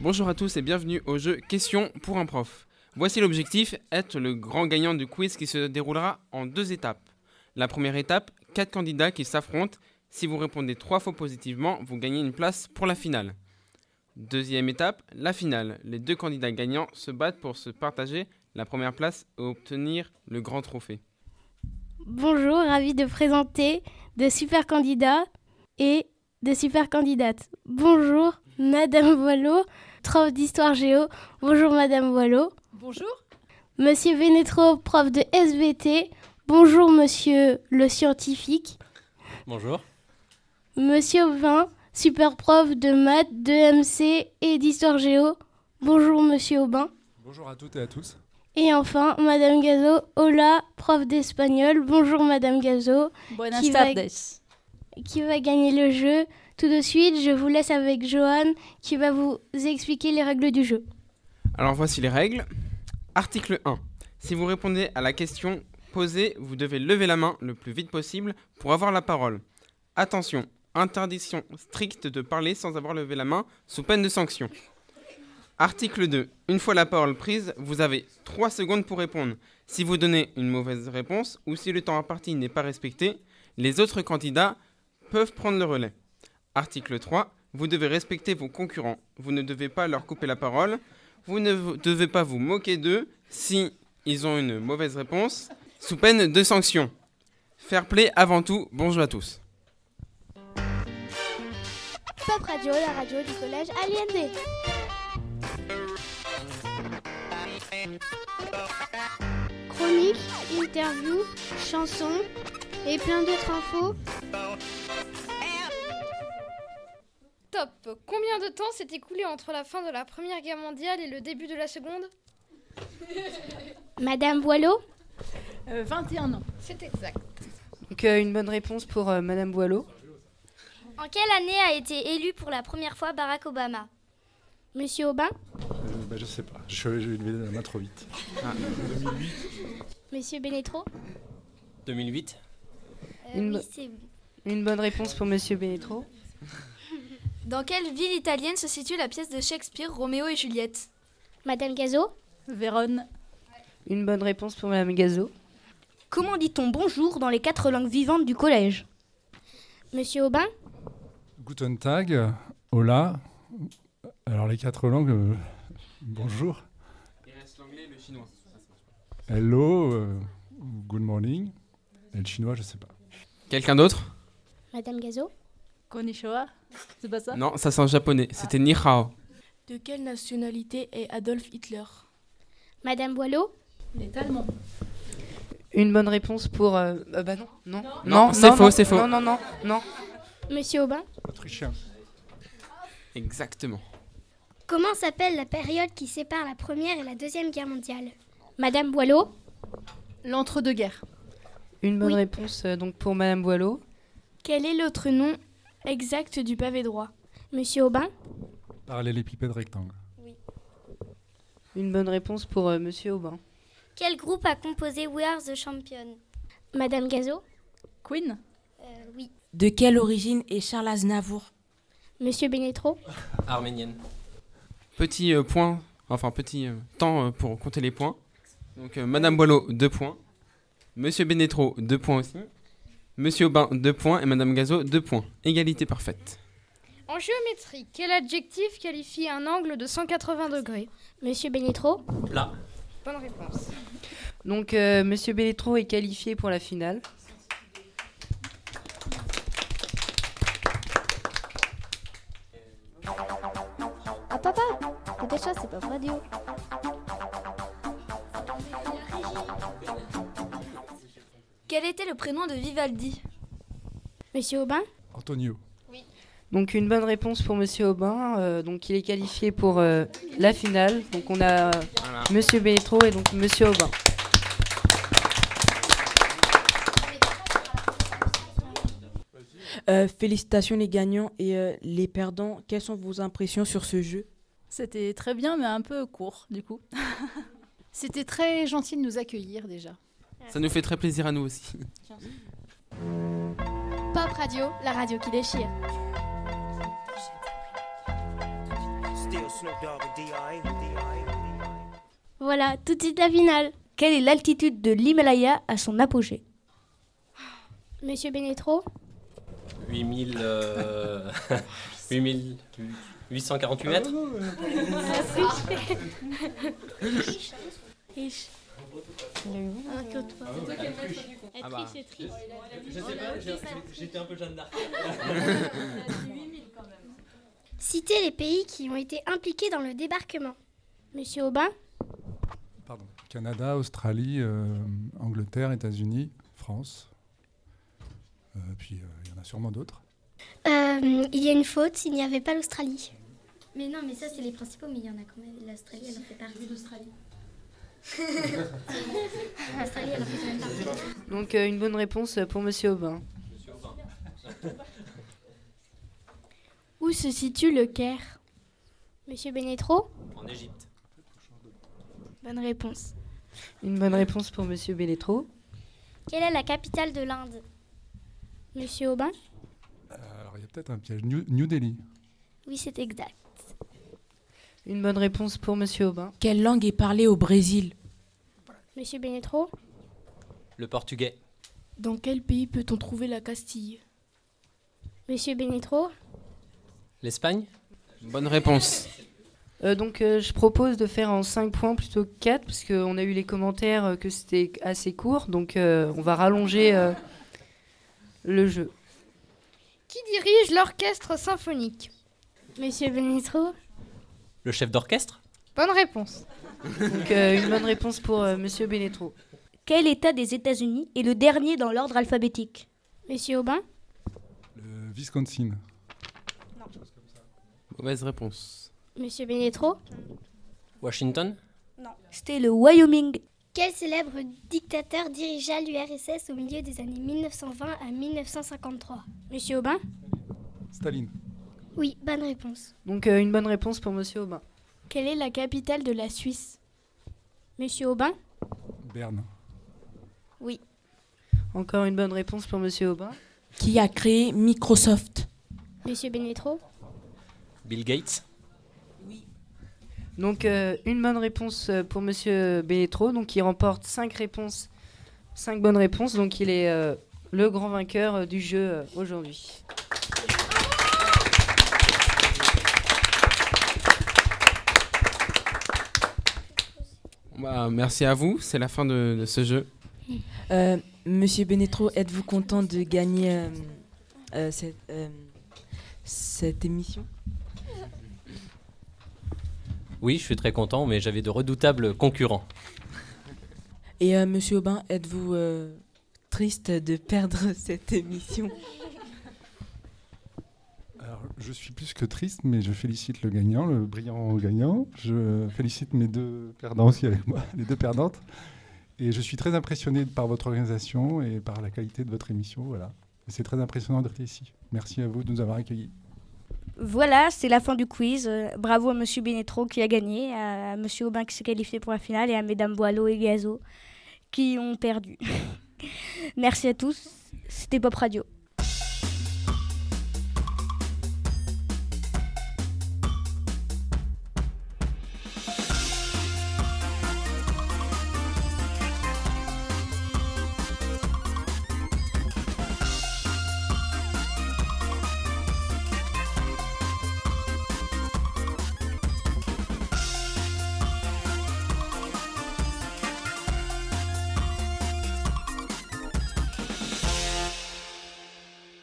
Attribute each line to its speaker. Speaker 1: Bonjour à tous et bienvenue au jeu Question pour un prof. Voici l'objectif, être le grand gagnant du quiz qui se déroulera en deux étapes. La première étape, quatre candidats qui s'affrontent. Si vous répondez trois fois positivement, vous gagnez une place pour la finale. Deuxième étape, la finale. Les deux candidats gagnants se battent pour se partager la première place et obtenir le grand trophée.
Speaker 2: Bonjour, ravi de présenter de super candidats et de super candidates. Bonjour, Madame Boileau, prof d'histoire géo. Bonjour, Madame Boileau.
Speaker 3: Bonjour.
Speaker 2: Monsieur Vénétro, prof de SVT. Bonjour, Monsieur le scientifique.
Speaker 4: Bonjour.
Speaker 2: Monsieur Aubin, super prof de maths, de MC et d'histoire géo. Bonjour, Monsieur Aubin.
Speaker 5: Bonjour à toutes et à tous.
Speaker 2: Et enfin, Madame Gazo, hola, prof d'espagnol. Bonjour, Madame Gazo,
Speaker 3: Buenas
Speaker 2: Qui va-
Speaker 3: tardes.
Speaker 2: qui va gagner le jeu. Tout de suite, je vous laisse avec Johan qui va vous expliquer les règles du jeu.
Speaker 1: Alors voici les règles. Article 1. Si vous répondez à la question posée, vous devez lever la main le plus vite possible pour avoir la parole. Attention, interdiction stricte de parler sans avoir levé la main sous peine de sanction. Article 2. Une fois la parole prise, vous avez 3 secondes pour répondre. Si vous donnez une mauvaise réponse ou si le temps imparti n'est pas respecté, les autres candidats peuvent prendre le relais. Article 3. Vous devez respecter vos concurrents. Vous ne devez pas leur couper la parole. Vous ne v- devez pas vous moquer d'eux si ils ont une mauvaise réponse, sous peine de sanction. Fair play avant tout, bonjour à tous.
Speaker 6: Pop Radio, la radio du collège Aliende. Chronique, interview, chansons et plein d'autres infos.
Speaker 7: Top Combien de temps s'est écoulé entre la fin de la Première Guerre mondiale et le début de la Seconde
Speaker 6: Madame Boileau,
Speaker 3: Euh, 21 ans.
Speaker 7: C'est exact.
Speaker 8: Donc euh, une bonne réponse pour euh, Madame Boileau.
Speaker 6: en quelle année a été élu pour la première fois Barack Obama Monsieur Aubin
Speaker 5: Euh, bah, je sais pas, je je vais lever la main trop vite.
Speaker 6: Monsieur Bénétro
Speaker 4: 2008.
Speaker 8: Une oui, bo-
Speaker 6: Euh, c'est
Speaker 8: Une bonne réponse pour Monsieur Bénétro.
Speaker 9: Dans quelle ville italienne se situe la pièce de Shakespeare Roméo et Juliette
Speaker 6: Madame Gazo
Speaker 3: Vérone.
Speaker 8: Une bonne réponse pour Madame Gazo.
Speaker 10: Comment dit-on bonjour dans les quatre langues vivantes du collège
Speaker 6: Monsieur Aubin
Speaker 5: Guten Tag, euh, hola. Alors les quatre langues, euh, bonjour,
Speaker 1: Il reste l'anglais le chinois.
Speaker 5: hello, euh, good morning. Et le chinois, je sais pas.
Speaker 1: Quelqu'un d'autre
Speaker 6: Madame Gazo
Speaker 3: Konnichiwa. C'est pas ça
Speaker 1: Non, ça c'est en japonais, c'était ni hao.
Speaker 9: De quelle nationalité est Adolf Hitler
Speaker 6: Madame Boileau
Speaker 3: Il est allemand.
Speaker 8: Une bonne réponse pour. euh, euh, bah non, non.
Speaker 1: Non, c'est faux,
Speaker 8: non,
Speaker 1: c'est faux.
Speaker 8: Non, non, non, non.
Speaker 6: Monsieur Aubin
Speaker 5: Autrichien.
Speaker 1: Exactement.
Speaker 6: Comment s'appelle la période qui sépare la Première et la Deuxième Guerre mondiale Madame Boileau
Speaker 3: L'entre-deux-guerres.
Speaker 8: Une bonne
Speaker 6: Oui.
Speaker 8: réponse euh, donc pour Madame Boileau.
Speaker 9: Quel est l'autre nom exact du pavé droit
Speaker 6: Monsieur Aubin
Speaker 5: Parallélépipède rectangle.
Speaker 8: Une bonne réponse pour euh, Monsieur Aubin.
Speaker 6: Quel groupe a composé We Are the Champion Madame Gazo
Speaker 3: Queen.
Speaker 6: Oui.
Speaker 11: De quelle origine est Charles Aznavour
Speaker 6: Monsieur Bénétro
Speaker 4: Arménienne.
Speaker 1: Petit euh, point, enfin petit euh, temps euh, pour compter les points. Donc euh, Madame Boileau, 2 points. Monsieur Bénétro, 2 points aussi. Monsieur Aubin, 2 points. Et Madame Gazo, 2 points. Égalité parfaite.
Speaker 7: En géométrie, quel adjectif qualifie un angle de 180 degrés
Speaker 6: Monsieur Bénétro
Speaker 4: Plat.
Speaker 7: Bonne réponse.
Speaker 8: Donc euh, Monsieur Bénétro est qualifié pour la finale.
Speaker 6: Ah papa Dépêche-toi, c'est pas radio.
Speaker 9: Quel était le prénom de Vivaldi
Speaker 6: Monsieur Aubin
Speaker 5: Antonio.
Speaker 8: Donc une bonne réponse pour Monsieur Aubin. euh, donc il est qualifié pour euh, la finale. Donc on a euh,
Speaker 1: Voilà.
Speaker 8: Monsieur Bénétro et donc Monsieur Aubin.
Speaker 11: Euh, Félicitations les gagnants et euh, les perdants. Quelles sont vos impressions sur ce jeu
Speaker 3: C'était très bien, mais un peu court, du coup. C'était très gentil de nous accueillir déjà.
Speaker 1: Ça nous fait très plaisir à nous aussi.
Speaker 6: Pop Radio, la radio qui déchire.
Speaker 11: Merci.
Speaker 2: Voilà, tout de suite la finale.
Speaker 10: Quelle est l'altitude de l'Himalaya à son apogée
Speaker 2: Monsieur Bénétro
Speaker 4: 8000. euh, 8848
Speaker 5: Ah,
Speaker 4: mètres
Speaker 2: Riche.
Speaker 4: Ah bah. Je sais pas, j'ai- j'étais un peu Jeanne d'Arc.
Speaker 6: Citez les pays qui ont été impliqués dans le débarquement.
Speaker 2: Monsieur Aubin
Speaker 5: Canada, Australie, euh, Angleterre, États-Unis, France. Euh, puis euh, il y en a sûrement d'autres.
Speaker 6: Euh, il y a une faute, il n'y avait pas l'Australie. Mais non, mais ça, c'est les principaux, mais il y en a quand même. L'Australie, elle en fait partie. L'Australie. L'Australie, elle en fait quand même partie.
Speaker 8: Donc euh, une bonne réponse pour Monsieur Aubin.
Speaker 2: Où se situe le Caire Monsieur Bénétro
Speaker 4: En Égypte.
Speaker 2: Bonne réponse.
Speaker 8: Une bonne réponse pour Monsieur Belletro.
Speaker 6: Quelle est la capitale de l'Inde
Speaker 2: Monsieur Aubin
Speaker 5: Euh, Alors il y a peut-être un piège. New, New Delhi.
Speaker 6: Oui, c'est exact.
Speaker 8: Une bonne réponse pour Monsieur Aubin.
Speaker 12: Quelle langue est parlée au Brésil
Speaker 2: Monsieur Bénétro
Speaker 4: Le portugais.
Speaker 12: Dans quel pays peut-on trouver la Castille
Speaker 2: Monsieur Bénétro
Speaker 4: L'Espagne
Speaker 1: Bonne réponse.
Speaker 8: Euh, donc euh, je propose de faire en 5 points plutôt que 4 parce qu'on a eu les commentaires euh, que c'était assez court. Donc euh, on va rallonger euh, le jeu.
Speaker 7: Qui dirige l'orchestre symphonique
Speaker 2: Monsieur Benitro.
Speaker 4: Le chef d'orchestre
Speaker 7: Bonne réponse.
Speaker 8: Donc euh, une bonne réponse pour euh, Monsieur Belletro.
Speaker 10: Quel État des États-Unis est le dernier dans l'ordre alphabétique
Speaker 2: Monsieur Aubin
Speaker 5: Euh, Wisconsin.
Speaker 1: Mauvaise réponse.
Speaker 2: Monsieur Bénétro
Speaker 4: Washington
Speaker 10: Non. C'était le Wyoming.
Speaker 6: Quel célèbre dictateur dirigea l'URSS au milieu des années 1920 à 1953
Speaker 2: Monsieur Aubin
Speaker 5: Staline.
Speaker 6: Oui, bonne réponse.
Speaker 8: Donc euh, une bonne réponse pour Monsieur Aubin.
Speaker 2: Quelle est la capitale de la Suisse Monsieur Aubin
Speaker 5: Berne.
Speaker 2: Oui.
Speaker 8: Encore une bonne réponse pour Monsieur Aubin.
Speaker 12: Qui a créé Microsoft
Speaker 2: Monsieur Bénétro
Speaker 4: Bill Gates
Speaker 8: Donc euh, une bonne réponse euh, pour Monsieur Belletro. Donc il remporte 5 réponses, 5 bonnes réponses. Donc il est euh, le grand vainqueur euh, du jeu euh, aujourd'hui.
Speaker 1: Bah, merci à vous, c'est la fin de, de ce jeu.
Speaker 11: Euh, Monsieur Benetro, êtes-vous content de gagner euh, euh, cette, euh, cette émission
Speaker 4: Oui, je suis très content, mais j'avais de redoutables concurrents.
Speaker 11: Et euh, Monsieur Aubin, êtes-vous euh, triste de perdre cette émission
Speaker 5: Alors, je suis plus que triste, mais je félicite le gagnant, le brillant gagnant. Je félicite mes deux perdants aussi avec moi, les deux perdantes. Et je suis très impressionné par votre organisation et par la qualité de votre émission. Voilà. Et C'est très impressionnant d'être ici. Merci à vous de nous avoir accueillis.
Speaker 10: Voilà, c'est la fin du quiz. Euh, Bravo à Monsieur Bénétro qui a gagné, à Monsieur Aubin qui s'est qualifié pour la finale et à Mesdames Boileau et Gazo qui ont perdu. Merci à tous. C'était Pop Radio.